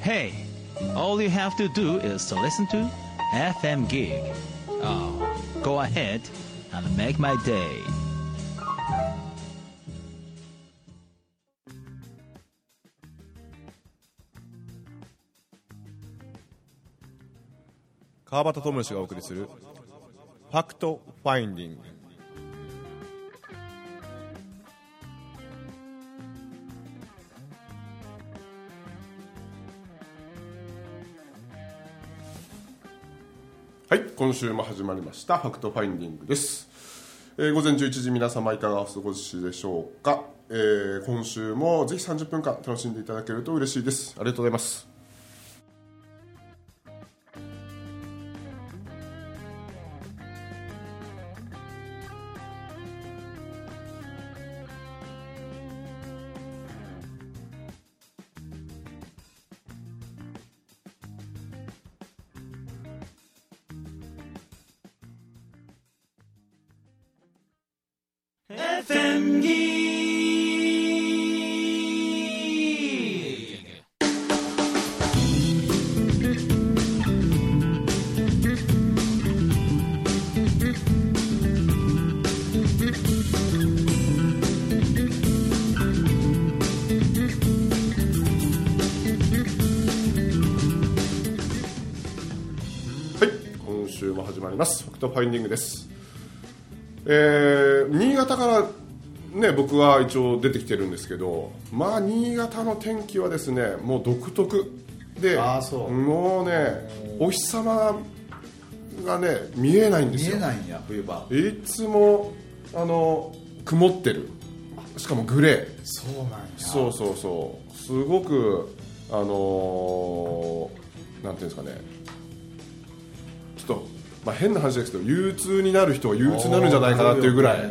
Hey, all you have to do is to listen to FM Gig. Oh, go ahead and make my day. 川端智之がお送りする「ファクトファインディング」はい今週も始まりました「ファクトファインディング」です、えー午前11時皆様いかがお過ごしでしょうか、えー今週もぜひ30分間楽しんでいただけると嬉しいですありがとうございますはい今週も始まりますファクトファインディングですえー新潟からね僕は一応出てきてるんですけどまあ新潟の天気はですねもう独特であーそうもうねお日様がね見えないんです見よえないんや冬場いつもあの曇ってるしかもグレーそうなんやそうそうそうすごくあのーなんていうんですかねちょっと、まあ、変な話ですけど憂鬱になる人は憂鬱になるんじゃないかなっていうぐらいあーう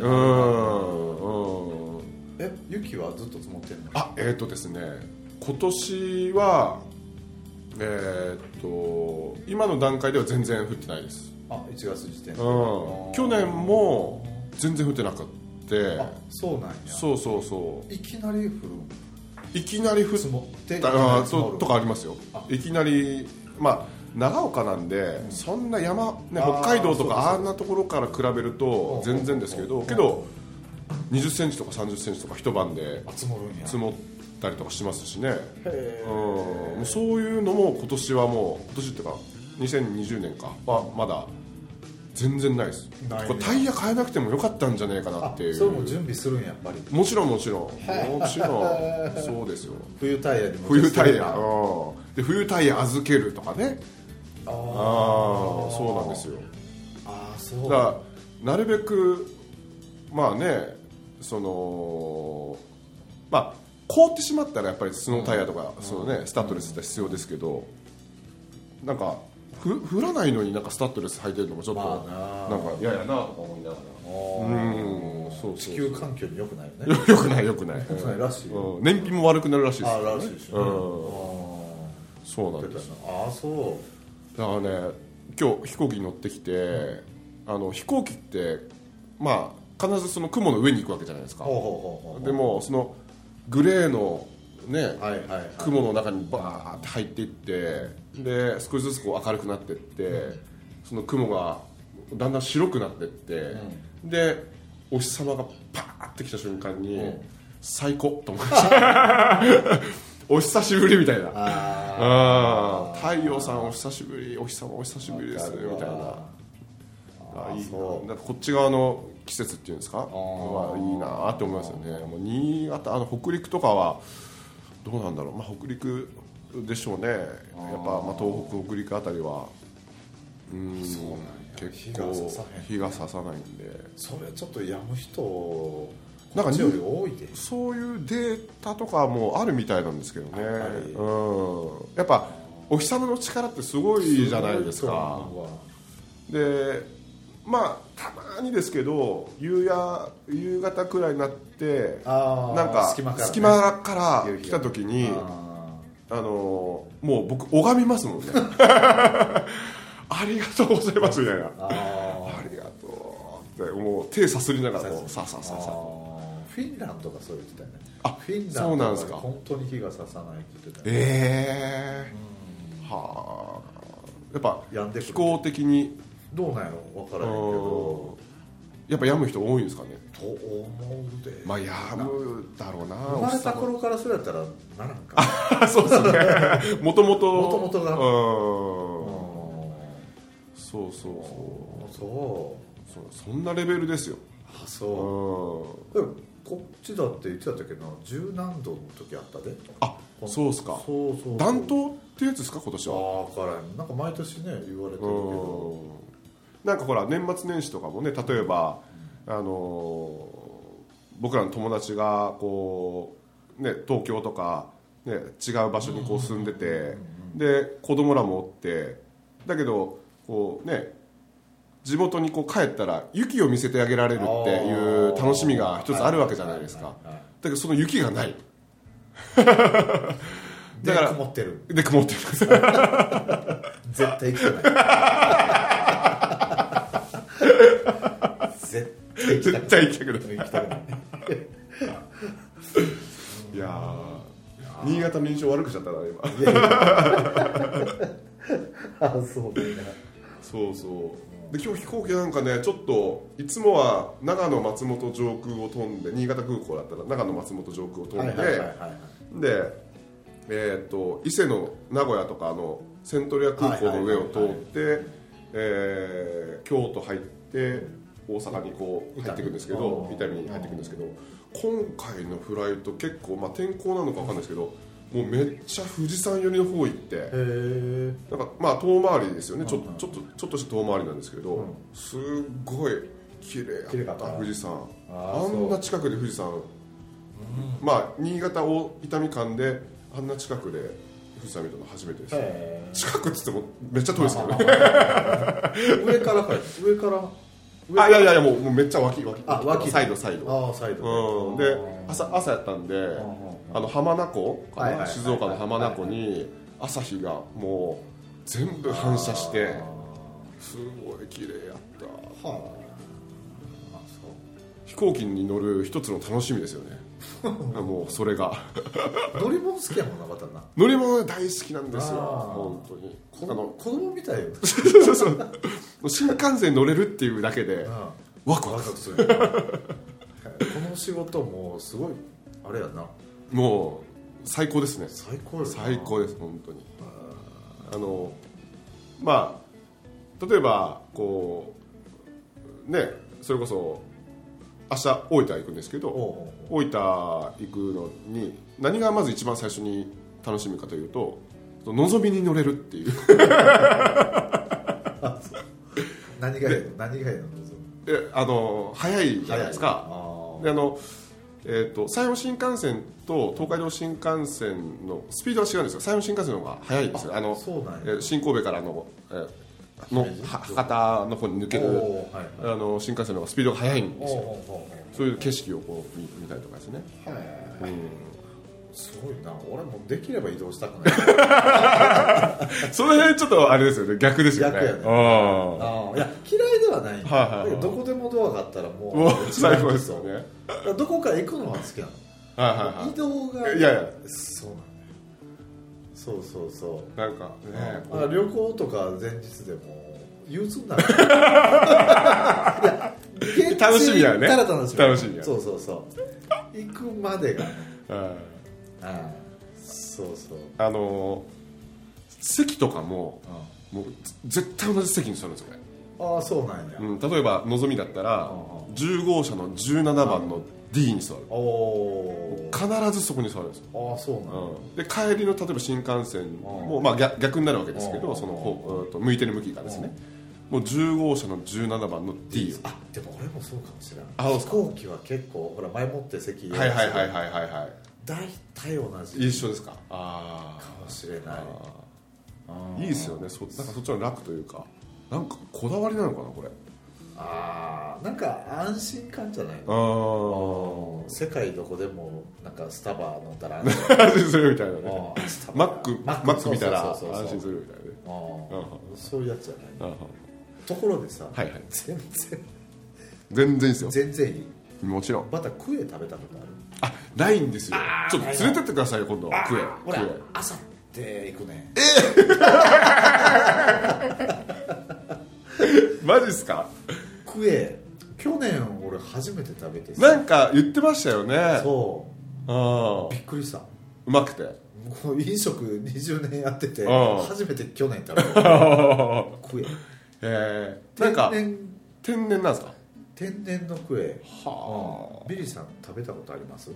んうそんえ雪はずっと積もってんのあえっ、ー、とですね今年はえっ、と今の段階では全然降ってないです、あ1月時点うんであ、去年も全然降ってなくってそうなんやそうそうそいきなり降るんういきなり降っ積もってだからそうとかありますよあいきなりまあ長岡なんで、そんな山、ね、あー北海道とかあそうですんなところから比べるとうん全然ですけどけど2 0ンチとか3 0ンチとか一晩であ積もるんや積もったりとかしますしねへうんもうそういうのも今年はもう今年っていうか2020年かはまだ全然ないですないねこれタイヤ変えなくてもよかったんじゃねえかなっていうあそれも準備するんややっぱりもちろんもちろんもちろんそうですよ冬タイヤにも冬タイあヤ、うん、で冬タイヤ預けるとかねあーあそうなんですよあーそうだからなるべくまあねそのまあ凍ってしまったらやっぱりスノータイヤとか、そのね、スタッドレスって必要ですけどなんかふ降らないのになんかスタッドレス履いてるのもちょっと、まあななんか嫌やなとか思いながらうんそうそう地球環境に良くないよねよくないよくない、良くないらしいようん、燃費も悪くなるらしいですあよーらしいですよねうん、そうなんですああそだからね今日飛行機に乗ってきて、あの飛行機ってまあ必ずその雲の上に行くわけじゃないですうかほうほうほうほうでもそのグレーのね、はいはいはい雲の中にバーって入っていってで少しずつこう明るくなっていってその雲がだんだん白くなっていって、でお日様がパーってきた瞬間に、うん最高と思いました お久しぶりみたいなああー太陽さんお久しぶりお日様お久しぶりですわかるわみたいなあいーいなそうなんかこっち側の季節っていうんですかーはいいなって思いますよねもう新潟あの北陸とかはどうなんだろう、まあ、北陸でしょうねやっぱまあ東北北陸あたりはうん結構日が差さへん日が差さないんでーそれちょっとやむ人なんかこっちより多いでそういうデータとかもあるみたいなんですけどねやっぱりうんやっぱお日様の力ってすごいじゃないですかそうなんだでまあたまにですけど夕や夕方くらいになってあーなんか隙間からねから来た時にああのーもう僕拝みますもんね ありがとうございますみたいなーあーありがとうってもう手さすりながらもうさあさあさあさああフィンランドがそう言ってたよねあフィンランドそうなんですがか本当に火がささないって言ってたよええはあやっぱやんでくる気候的にどうなんやろ分からへんけうんどやっぱ病む人多いんですかねと思うで、まあ病むだろうな生まれた頃からするやったらならん かそうですね もともと元々がううんんそうそうそうそうそうそんなレベルですよあうそんう、でもこっちだって言ってたけど十何度の時あったであそうっすかそうそうそう暖冬ってやつですか今年はああからへんなんか毎年ね言われてるけどうんなんかほら年末年始とかもね例えば、あのー僕らの友達がこう、ね、東京とか、ね、違う場所にこう住んでてで子供らもおってだけどこうね地元にこう帰ったら雪を見せてあげられるっていう楽しみが一つあるわけじゃないですかはいはいはいだけどその雪がない でだから曇ってるで曇ってる絶対行きたない絶対行きた絶対行きたくないくない行きたくないいやー新潟の印象悪くしちゃったな今いやいやあそうねそうそうで今日飛行機なんかねちょっといつもは長野松本上空を飛んで新潟空港だったら長野松本上空を飛んで、はいはいはいはいで、えー、と伊勢の名古屋とかあのセントリア空港の上を通ってえー京都入って大阪にこう入っていくんですけど伊伊丹丹に入っていくんですけど今回のフライト結構、まあ、天候なのかわかんないですけどもうめっちゃ富士山寄りの方行って。へえなんかまあ遠回りですよね、ちょうんうんちょっとちょっとした遠回りなんですけど、うんすっごい綺麗綺麗やかっったた富士山ああーんな近くで富士山、まあ新潟を伊丹間であんな近くで富士山見たの初めてです、へ近くっつってもめっちゃ遠いですけどね、え上からかい上からあいやいやいやもうもうめっちゃ脇脇あ脇サイドサイドああサイドうん、で朝朝やったんで、んあの浜名湖かな、はいはいはい静岡の浜名湖に朝日がもう全部反射してすごい綺麗やったはああそ飛行機に乗る一つの楽しみですよねもうそれがう乗り物好きやもんなまたな乗り物大好きなんですよあー本当に子あの 供子供みたいよそうそう新幹線乗れるっていうだけでうんワクワワククワクするこの仕事もすごいあれやなもう最高ですね最高よな最高です本当にあのまあ例えばこうねそれこそ明日大分行くんですけおうどおう大分行くのに何がまず一番最初に楽しみかというとそのぞみに乗れるっていう 何がいいの何がいいのえあの早いじゃないですかあであの、えー、と山陽新幹線と東海道新幹線のスピードは違うんですが山陽新幹線の方が早いんですよあのあそうなんやえー新神戸からの,、えーの姫路は博多の方に抜けーるおーはいあの新幹線の方がスピードが速いんですよおうおうおうおうそういう景色をこう見見たりとかですね、はいうん、すごいな俺もできれば移動したくないその辺ちょっとあれですよね逆ですよね逆やねあ あーいや嫌いではない,、はいはいはいだけどどこでもドアがあったらもーうもう 一番い最い高ですよねはいだからどこか行くのは好きなのはいは移動がいやいやそうなんだよそうそうそういなんかねこあう旅行とか前日でも憂鬱になるいや 楽しみやね現地行ったら楽しみ楽しみやそうそうそう行くまでがねはいあそうそうあのー席とかももうぜ絶対同じ席に座るんですよねああそうなんや、うん、例えばのぞみだったらう10号車の17番の D に座るおお必ずそこに座るんですよ、ああそうなんや、うん、で帰りの例えば新幹線も、うんまあ、逆逆になるわけですけうどんその方うんと向いてる向きがですねもう10号車の17番の D をあでも俺もそうかもしれないあそうです飛行機は結構ほら前もって席はいはいはいいはいはいは大体同いじ一緒ですかあかもしれないあいいですよねそなんかそっちの楽というかなんかこだわりなのかなこれああなんか安心感じゃないのあ世界どこでもなんかスタバ飲んだら あ安心するみたいなねあスタバマックマック見たらそうそうそう安そう心するみたいなねあーうそういうやつじゃなあいあところでさ、はいはい全然全然いいですよ全然いいもちろんバタークエ食べたことあるあないんですよあーちょっと連れてってくださいよ今度クエほクらエ朝って行くねマジっすかクエ去年俺初めて食べてさなんか言ってましたよねそあうびっくりしたうまくてもう飲食20年やっててうん初めて去年 食べたクエえー、なんか天然天然なんですか天然のクエはビリーさん食べたことあります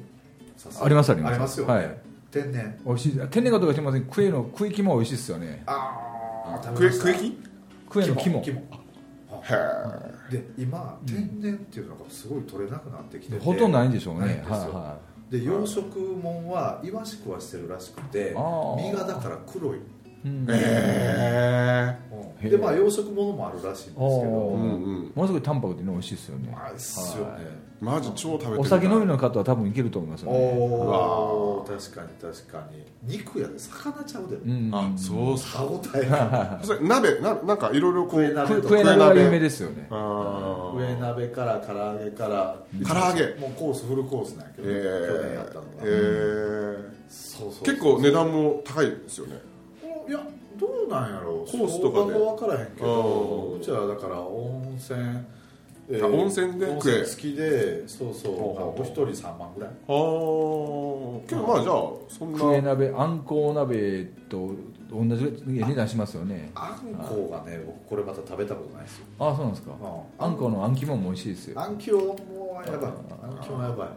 さすがありますありあますりますよ、ねはい天然美味しい天然かどうか知りませんクエの食い気も美味しいですよねあああクエクエキへクエの肝肝えで今天然っていうのがすごい取れなくなってきててほとんどないんでしょうないんねですよはいはで養殖もんはイワシ食わしてるらしくてあー身がだから黒い、い、うんえへえでまあ養殖ものもあるらしいんですけー、うあんどうんものすごい淡白でね美味しいですよねまあですよねマジ超食べてるお酒飲みの方は多分いけると思いますよねおお確かに確かに肉やで魚ちゃうで、うんあそうっす歯応え がそれ鍋ななんかいろいろこう上鍋クとクエか鍋が有名ですよねあ上鍋から唐揚げから唐揚げもうコースフルコースなんやけえど、去年やったのが、えーそうそう結構値段も高いですよねいやどうなんやろうコースとかで相場は分からへんけうどんうちはだから温泉えあ温泉で温食え泉付きでそうそうほうほうほうお一人3万ぐらいああけどまあじゃあそんクエな鍋あんこう鍋と同じ値段しますよねあんこがね僕これまた食べたことないですよああそうなんですかうんあんこのあん肝も美味しいですよあんきょうもやばいあんきょうもやばい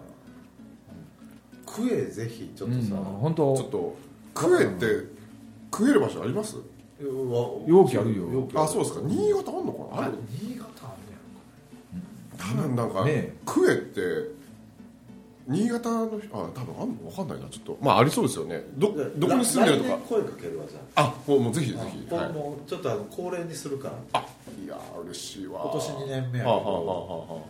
食えぜひちょっうとんさ、本ちょっ当と食えって食える場所あります容器あるよあそうですか新新潟あんのかなあある新潟あんねや多分なんか、ねクエって新潟の人あ多分あんの分かんないなちょっとまあありそうですよねどろどこに住んでると来か年声かけるわじゃああもうもうぜひぜひ、こはれい、もうちょっとあの恒例にするからあいやー嬉しいわ今年2年目やけはあ、はあはどあはあ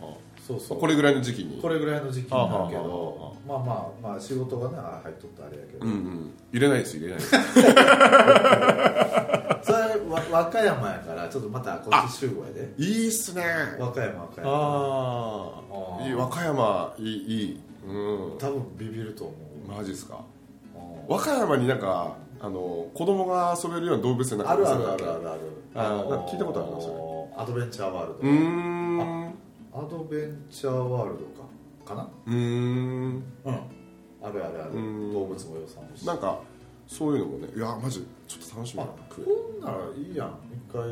はそうあそうこれぐらいの時期にこれぐらいの時期になるけはあはどまあまあまあ仕事がねあ入っとったあれやけど、うんうん入れないです入れないで すそれは和和歌山やからちょっとまたこっち集合やでいいっすね和歌山和歌山あああーいい和歌山いいいいうん多分ビビると思う、マジっすかうん和歌山になんかあの子供が遊べるような動物園なんかあるあるありませるんあるあるあーのなんか聞いたことありますよアドベンチャーワールうド、ーんうアドベンチャーワールドかかーんなうんあるあるあるうん動物も予算もしなんかそういうのもねいやマジちょっと楽しみあだなこクエんならいいやん一回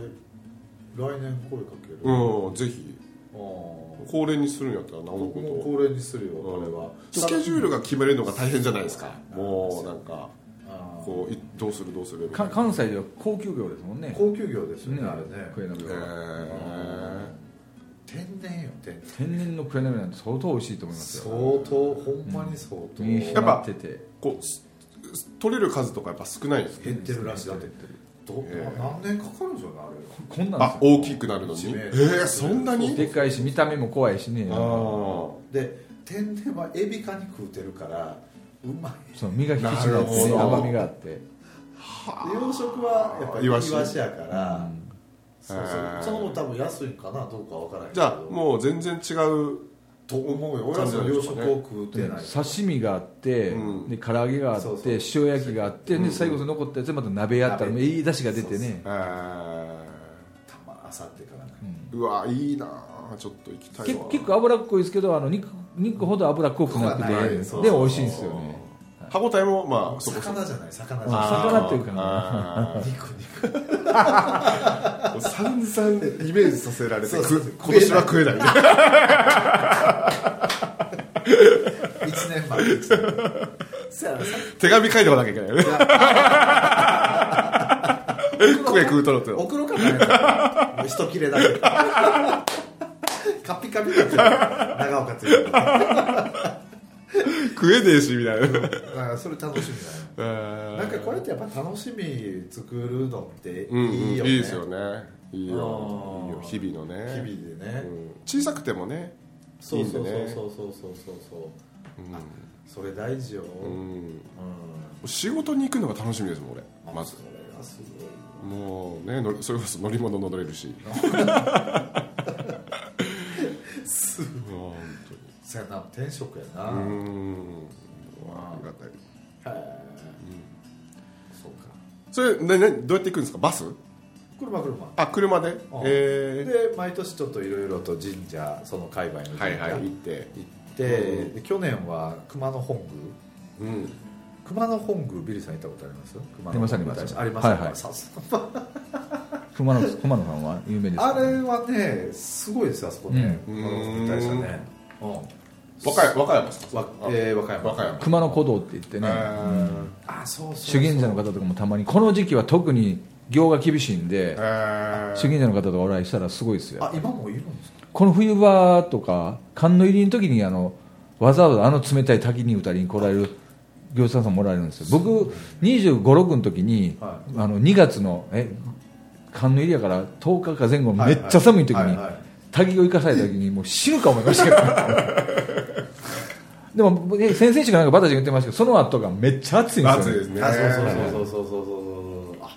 来年声かける、あうんぜひー恒例にするんやったらなおの僕こもと恒例にするよこれはスケジュールが決めるのが大変じゃないですかもうなんかあーこういどうするどうするみたいかな関西では高級魚ですもんね高級魚ですよねねあれねクエ鍋へはー天然よ天然天然のクエ鍋なんて相当美味しいと思います相よ当ほんまに相当、身減締まっててこうすす取れる数とかやっぱ少ないんですねってるらしいだってど、ええ何年かかるんじゃないこんなんあですよ大きくなるのに一え名ー、そんなにでっかいし見た目も怖いしねあーあれで天然はエビ科に食うてるからうまいそう身が引き締まってなるねほど甘みがあってで養殖はやっぱりイイワワシシやから、そうそうへえその分多分安いんかなどうかわからないけじどゃあもう全然違うと思うよ俺はその養殖を食うてないから刺身があって、うんで唐揚げがあってそうそう塩焼きがあって、で最後その残ったやつまた鍋やったら鍋いい出汁が出てねえーたまあさってからね、うわいいなーちょっと行きたいけわ結構脂っこいですけどあの肉肉ほど脂っこくなくてはいでそうで美味しいんですよね歯応えもまあそこそこ魚じゃない魚じゃあな魚っていうかねあい肉肉ー散々イメージさせられてそうそうく今年は食えないね1年前1年前そやなさ手紙書いておかなきゃいけないよね食え食うとろって送ろうかなもう一切れだけカピカピだって長岡ついてるだか食えねえしみたいな らそれ楽しみだよなんかこれってやっぱ楽しみ作るのってうんうんいいよね、いいですよねいいようんいいよ日々のね日々でね、うん小さくてもねそうそうそいういそんでねうそうそうそうそうあそれ大事よ、ううんん仕事に行くのが楽しみですもん俺まずそれがすごい もうね乗りそれこそ乗り物乗れるしすごいそやな天職やな、うへんありがたいえ、そうかそれななどうやって行くんですかバス車車あ車であえーで毎年ちょっといろいろと神社その界隈の神社はいはい行行っってて、で去年は熊野本宮うん熊野本宮ビリーさん行ったことあります熊野ありま本す宮ありますありますはいはいさす熊野熊野さんは有名ですあかれはねすごいですよあそこね、ううんん、大社ね、うん和歌山和歌山ですかわえー和歌山和歌山熊野古道って言ってね、あそうそう修験者の方とかもたまにこの時期は特に行が厳しいんで、え修験者の方とお来したらすごいですよあ今もいるんですかこの冬場とか寒の入りの時にあのわざわざあの冷たい滝に打たれに来られる業者さんもおられるんですよ僕2 5 6の時に、はあの2月のえ寒の入りやから10日か前後めっちゃ寒い時に、はいはい滝を生かされた時にもう死ぬか思いま したけどでもえ先々週かなんかバタちゃん言ってましたけどその後がめっちゃ暑いんですよ、ね、暑いですねあそうそうそうそうそうそうそうそうあ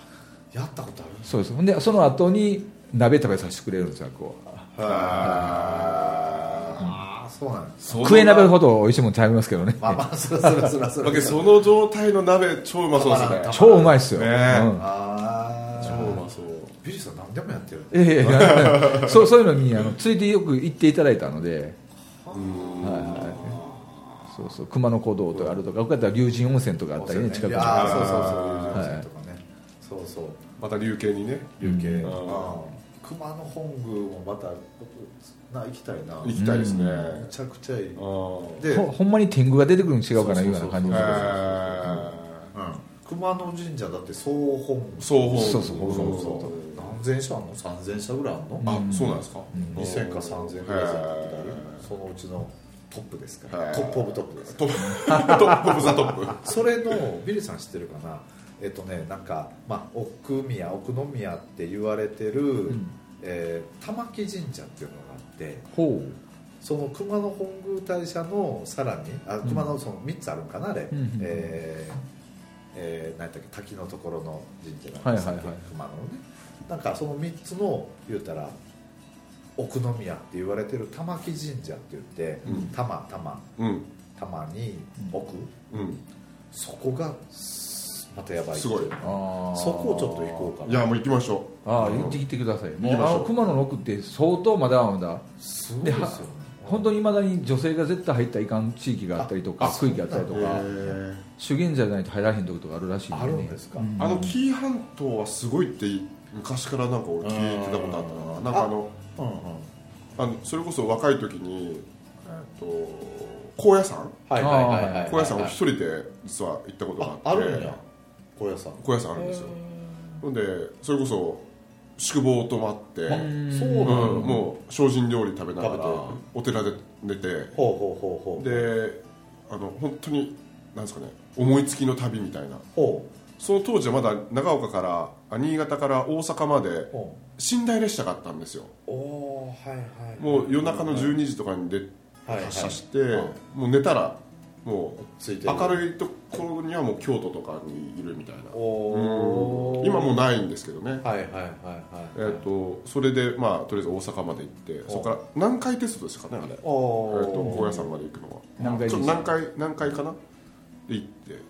やったことあるそうですほんでその後に鍋食べさせてくれるんですよこうああそうなんですその食え鍋ほど美味しいもん食べますけどねまあまあそらそらそらそだけらどその状態の鍋超うまそうですねたまらん超うまいっすよ、ねうんあ超うまそうビリーさん何でもやってるいやいやいやそうそういうのにあのついてよく行っていただいたので、はいはい、そうそう熊野古道とかあるとか僕やったら竜神温泉とかあったりね近くいにやあーそうそうそう友人とかねそうそうまた流形にね有形んあー熊野本宮もまたな行きたいな行めきたいですねちゃくちゃいいあーで、うほほんまに天狗が出てくるの違うかないうような感じえもするんですよーん、熊野神社だって総本宮そうほうそうそうほうほうほう何千社あんの三千社ぐらいあんの、あそうなんですか2000か3000ぐらいだったりそのうちのトップですからへートップオブトップですトップトップオブザトップそれのビリーさん知ってるかなえっとねなんか、まあ、奥宮奥宮って言われてる、えー玉木神社っていうのがあってほその熊野本宮大社のさらにあ熊野その3つあるんかなあれ、うんうんえーえー何やったっけ滝のところの神社はないんはでいすはけどい熊野のねなんかその3つの言うたら奥宮って言われてる玉木神社って言って、うん玉玉うん玉に奥、うんそこがすまたやばいすごいうあーそこをちょっと行こうかいなやもう行きましょうああ行ってきてくださいもう行きましょうあの熊野の奥って相当まだまだすごいですよね本当にいまだに女性が絶対入ったらいかん地域があったりとあかあ区域があったりとへかー修験者じゃないと入らへんとことがあるらしいんあでるんねですか、あの紀伊半島はすごいって昔からなんか俺聞いてたことあったななんかあのうんうんあのそれこそ若い時にえっと高野山はいはいはいはいはい高野山を一人で実は行ったことがああってあるんや高野山高野山あるんですよほんでそれこそ宿坊泊まってあそううなんんやもう精進料理食べながら食お寺で寝てほうほうほうほうであの本当になんですかね思いつきの旅みたいなほその当時はまだ長岡からあ新潟から大阪まうでほ寝台列車があったんですようおおーはいはいもう夜中の十12時とかに出はいはい発車して、はいもう寝たらもついうてる明るいところにはもう京都とかにいるみたいなおうおん今もうないんですけどね、はいはいはいはいえー、とそれで、まあ、とりあえず大阪まで行ってそこから南海鉄道ですかねあれ、えおおー、と高野山まで行くのは南海ちょ鉄っ道と南海南海かなで行って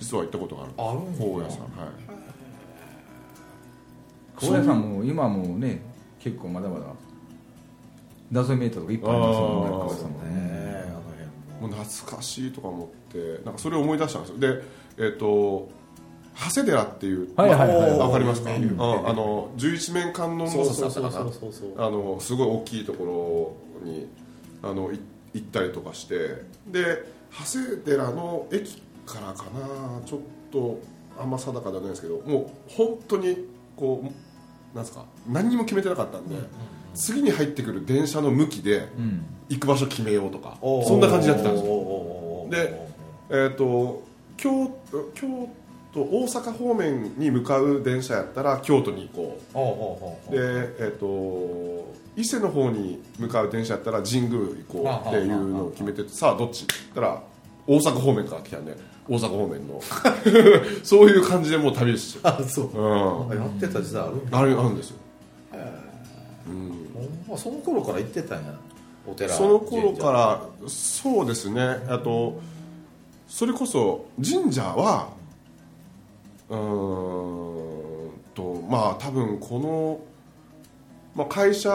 実は行ったことがあるあるんや高野山はい高野山も今もね結構まだまだ謎めいたとかいっぱいありますもんあねー高野山もねねえあの辺もう懐かしいとか思ってなんかそれを思い出したんですよでえっ、と長谷寺っていう、はいはいはいまあわかりますか、うんうんあの十一面観音のそうそだうったそうかそうなそうそうあのすごい大きいところにあのい行ったりとかしてで長谷寺の駅からかなちょっとあんま定かじゃないですけどもう本当にこうなんですか何にも決めてなかったんで、次に入ってくる電車の向きでうん行く場所決めようとか、おーそんな感じになってたんですよおーおーおーおーでえー、と京京都大阪方面に向かう電車やったら京都に行こおーおうーおーで、えー、と伊勢の方に向かう電車やったら神宮行こうっていうのを決めててさあどっちって言ったら大阪方面から来たんで大阪方面の そういう感じでもう旅して あそうる、うん、あやってた時代あるんやあるあるんですよほんまその頃から行ってたんやお寺その頃からそうですねあとそれこそ神社はうーんとまあ多分この、まあ、会社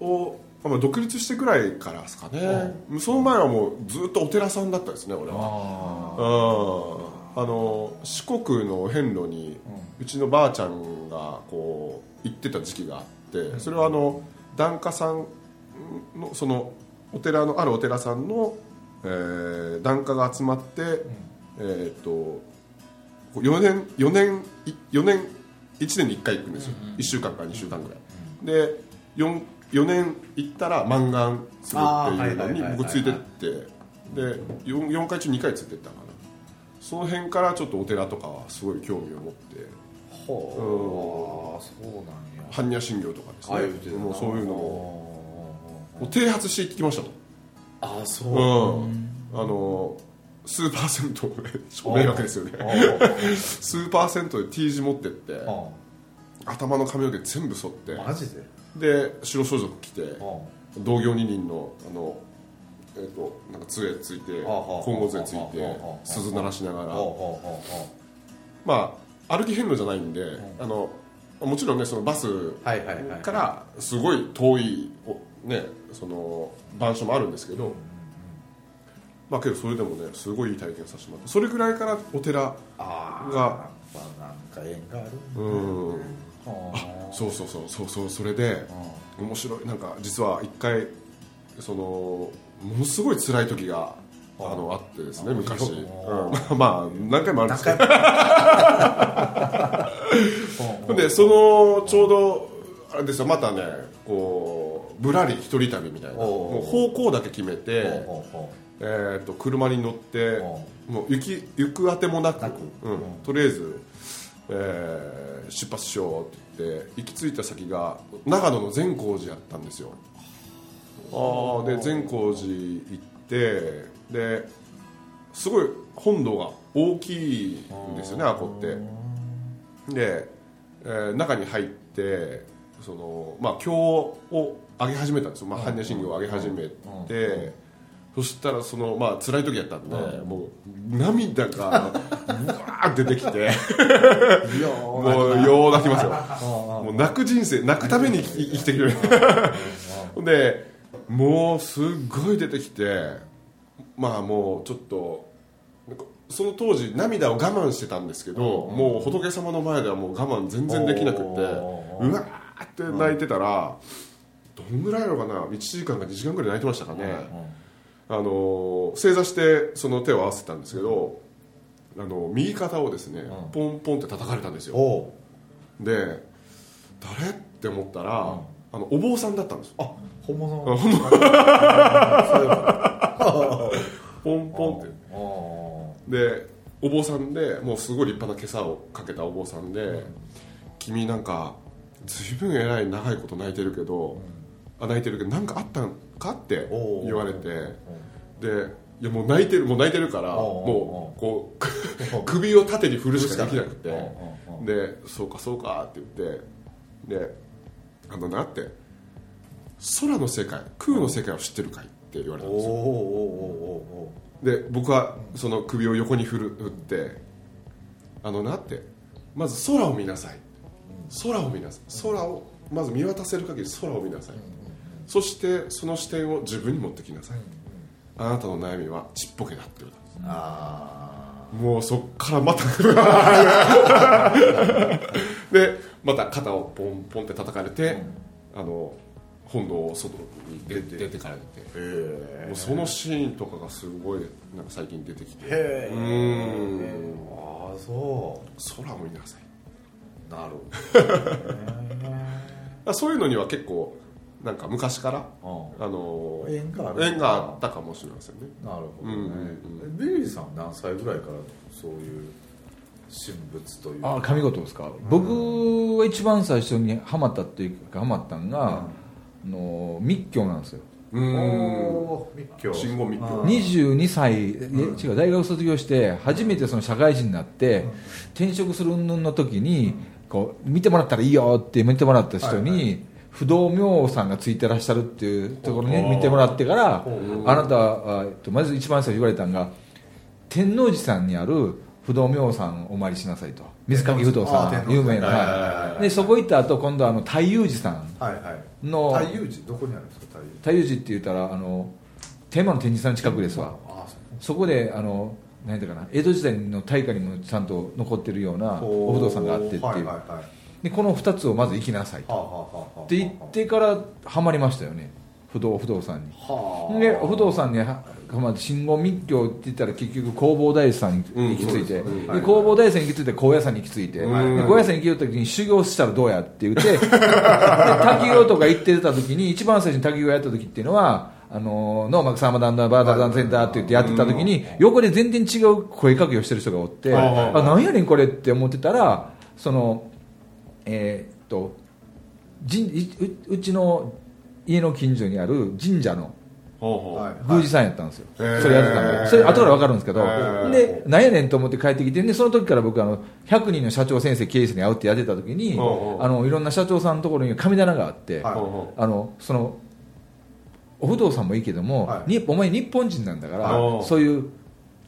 を、まあ、独立してくらいからですかね、その前はもうずっとお寺さんだったですね俺はうんあの四国の遍路にうちのばあちゃんがこう行ってた時期があってそれはあの檀家さんのそのお寺のあるお寺さんの、えー、檀家が集まって、えーっと4年4年い4年1年に1回行くんですよ、1週間か2週間ぐらい、で 4, 4年行ったら満願するっていうのにあーはいはいはいはい僕ついてってで 4, 4回中2回ついてったかなその辺からちょっとお寺とかはすごい興味を持ってほうそうなんや般若心経とかですねああいうてもうそういうのもももう啓発していってきましたとああそううん、あのスーパー銭湯でちょっと迷惑ですよねスーパー銭湯で T 字持ってってああ頭の髪の毛全部剃ってマジでで白装束着てああ同業二人のあのえっ、となんか杖ついてあはあ金剛杖ついあてはあ鈴鳴らしながああらああまあ歩き遍路じゃないんであのもちろんねそのバスはいはいはいはいからすごい遠いおねその番所もあるんですけど、まあけどそれでもねすごいいい体験させてもらってそれぐらいからお寺ああがやっぱなんか縁があるうんあそうそうそうそうそうそれで面白いなんか実は一回そのものすごい辛い時があのあってですね昔、うん、 まあ何回もあるんですけどほんでそのちょうどあれですよまたねこうぶらり一人旅みたいなおうもう方向だけ決めあて、ほうほえー、と車に乗っておもう行き行くあてもなくなくうんとりあえず、えー出発しようって言って行き着いた先が長野の善光寺やったんですよああで善光寺行ってですごい本堂が大きいんですよねあこって。で、えー中に入ってその、まあ、経を上げ始めたんですよ、まあ、般若心経を上げ始めて、そしたらその、まあ辛い時やったんで、もう涙がうわーって出てき てういやーもうよう泣きますよもう泣く人生泣くために生き生きてくれるでもうすっごい出てきてまあもうちょっとなんかその当時涙を我慢してたんですけど、もう仏様の前ではもう我慢全然できなくっておうーわーって泣いてたら、どんぐらいなのかな1時間か2時間ぐらい泣いてましたかね、あのー正座してその手を合わせたんですけど、あの右肩をですね、ポンポンって叩かれたんですよおうで誰って思ったら、あのお坊さんだったんですよあ本物あ本物そういえばポンポンってああでお坊さんでもうすごい立派な袈裟をかけたお坊さんで、君なんか随分偉い長いこと泣いてるけど、あ泣いてるけど何かあったんかっておー言われてでいやもう泣いてるもう泣いてるからおーもうこう 首を縦に振るしかできなくておーで「そうかそうか」って言ってで「あのな」って「空の世界空の世界を知ってるかい?」って言われおーおーおーおーたんですよおーで僕はその首を横に振る振ってあのなってまず空を見なさい空を見なさい空をまず見渡せる限り空を見なさいそしてその視点を自分に持ってきなさいあなたの悩みはちっぽけだって言われたんですあもうそっからまた でまた肩をポンポンって叩かれて、あの本堂を外に出て出てかれてーへもうそのシーンとかがすごいなんか最近出てきてえうーんああそ空を見なさいうなるだからそういうのには結構なんか昔から、ほあのー縁がある縁があったかもしれませんねどなるほどうんねビリーさんは何歳ぐらいからそういう神仏というあ神事ですか、僕は一番最初にハマったっていうかハマったんが、あの密教なんですようおーんおー密教信号密教あー22歳、え違う大学卒業して初めてその社会人になって、転職する云々の時にこう見てもらったらいいよって見てもらった人に、不動明王さんがついてらっしゃるっていうところにね見てもらってからあなたはえっとまず一番最初言われたのが天王寺さんにある不動明王さんをお参りしなさいと水上不動さあー天王ん寺有名なはいはいはいはいはいでそこ行った後今度はあの太遊寺さんはいはいの太遊寺どこにあるんですか太遊太遊寺って言ったらあの天満の天神さんの近くですわ寺ああそうそこであの何だかな江戸時代の大化にもちゃんと残ってるようなお不動産があってっていう、はいはいはいはでこの2つをまず行きなさいあとはあはあはあって言ってからハマりましたよね不動不動産にはあで不動産にはまあ真言密教って言ったら結局弘法大師さんに行き着いて、うんうんで弘法大師さんに行き着いて高野山に行き着いて、んで高野山に行き着いた時に修行したらどうやって言って で滝行とか行ってた時に一番最初に滝行やった時っていうのはあのーノーマックサーマダンダーバーダーダンセンターって言ってやってた時に横で全然違う声かけをしてる人がおって、はいはいはいあなんやねんこれって思ってたらそのえーっとじんううちの家の近所にある神社のほうほうはい宮司さんやったんですよ、へーそれやってたんでそれ後から分かるんですけど、へーでなんやねんと思って帰ってきてでその時から僕あの100人の社長先生経営者に会うってやってた時に、うんうんあのいろんな社長さんのところに神棚があって、はいほうほうあのそのお不動産もいいけども、はいにお前日本人なんだから、はいそういう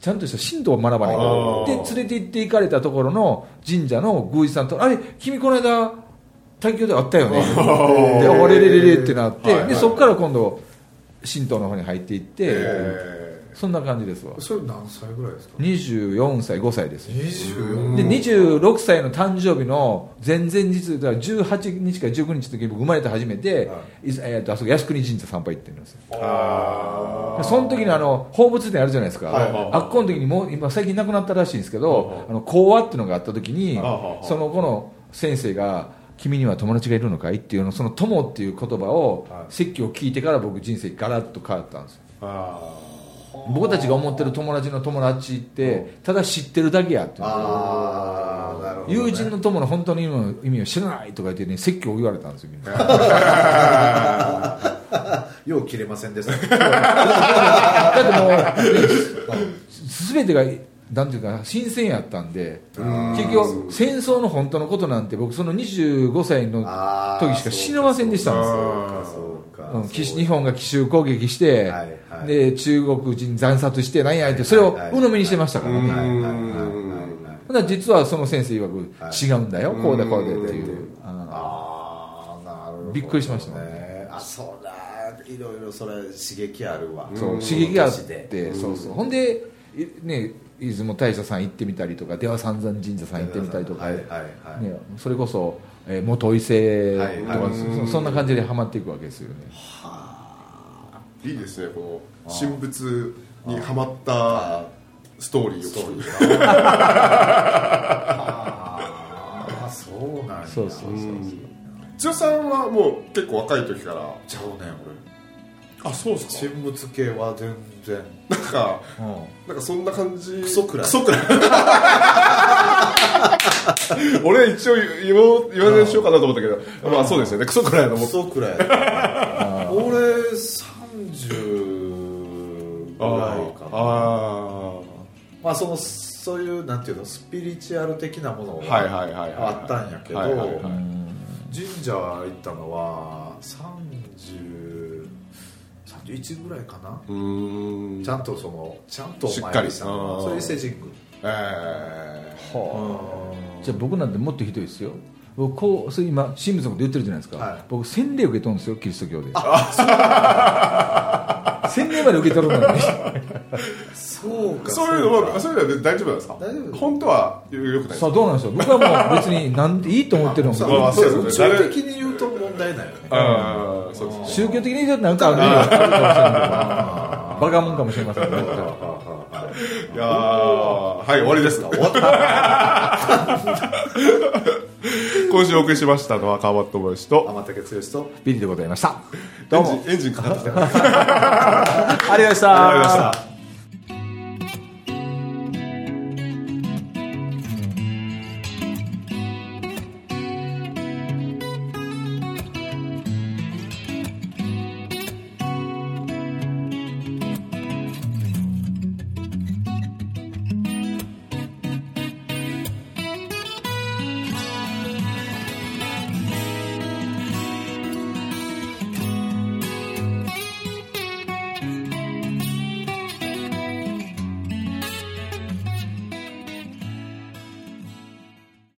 ちゃんとした神道を学ばないあとーで連れて行って行かれたところの神社の宮司さんと「あれ君この間卓球で会った よね」で「あれれれれ」ってなって、はいはいでそこから今度神道の方に入っていって、えそんな感じですわそれ何歳ぐらいですか24歳5歳です24で26歳の誕生日の前々日だから18日か19日の時に僕生まれて初めて、はいざえー、とあそこ靖国神社参拝行ってるんですよー、あでその時にあの放物店あるじゃないですか、はいはいはいあっこの時にもう今最近亡くなったらしいんですけど、はいはいあの講話っていうのがあった時に、はいはいはいその子の先生が「君には友達がいるのかい?」っていうのその「友」っていう言葉を、はい説教を聞いてから僕人生ガラッと変わったんですよーあ僕たちが思ってる友達の友達ってただ知ってるだけやっていうああなるほどね、友人の友の本当の意味を意味を知らないとか言ってね説教を言われたんですよみん なよう切れませんで しただってもう、ね、す全てがなんていうか新鮮やったんでん結局戦争の本当のことなんて僕その25歳のあー時しか知りませんでしたそうもかそうか、んそですよ、うん、う奇日本が奇襲攻撃して、はいはいで中国人惨殺してなんや言ってそれを鵜呑みにしてましたからね、はいはいはいはいほんなら実はその先生曰く、はい違うんだよこうだこうでっていううんあああなるほどねびっくりしましたねあそりゃいろいろそれ刺激あるわーそう刺激があってそうそうほんでいね出雲大社さん行ってみたりとか出羽三山神社さん行ってみたりとか、はいはいはい、ね、それこそ、えー元伊勢とか、はいはいそそんな感じでハマっていくわけですよねーいいですねこの神仏にはまったストーリーを聞くああそうなんやそうそうそうそう千代さんはもう結構若い時からちゃうねあそうで俺人物系は全然なんかうんなんかそんな感じクソくらいクソくらい 俺一応言おう言わないしようかなと思ったけど、まあそうですよねクソくらいのもクソくらいや俺30ぐらいかなあまあそのそういうなんていうのスピリチュアル的なものあはいはいはいはいあったんやけど、はいはいはい神社行ったのは30 31ぐらいかな、うーんちゃんとそのちゃんとおしっかり参りしたのあーそれ伊勢神宮えーじゃあ僕なんてもっとひどいですよ僕こうそれ今神仏のこと言ってるじゃないですか、はい僕洗礼受け取るんですよキリスト教で洗礼まで受け取るの にそうかそういうのはそういうのは大丈夫なんですか大丈夫本当はよくないさあどうなんでしょう僕はもう別になんていいと思ってるのさもまあそうですね宇宙的に言うと問題ないよねああそうです宗教的になんかあるあるかもしれないバカもんかもしれませんけどいやーはい終わりです 今週お送りしましたのは川端智之と天竹剛とビリでございましたエどンうもジンエンジンかかってきたありがとうございました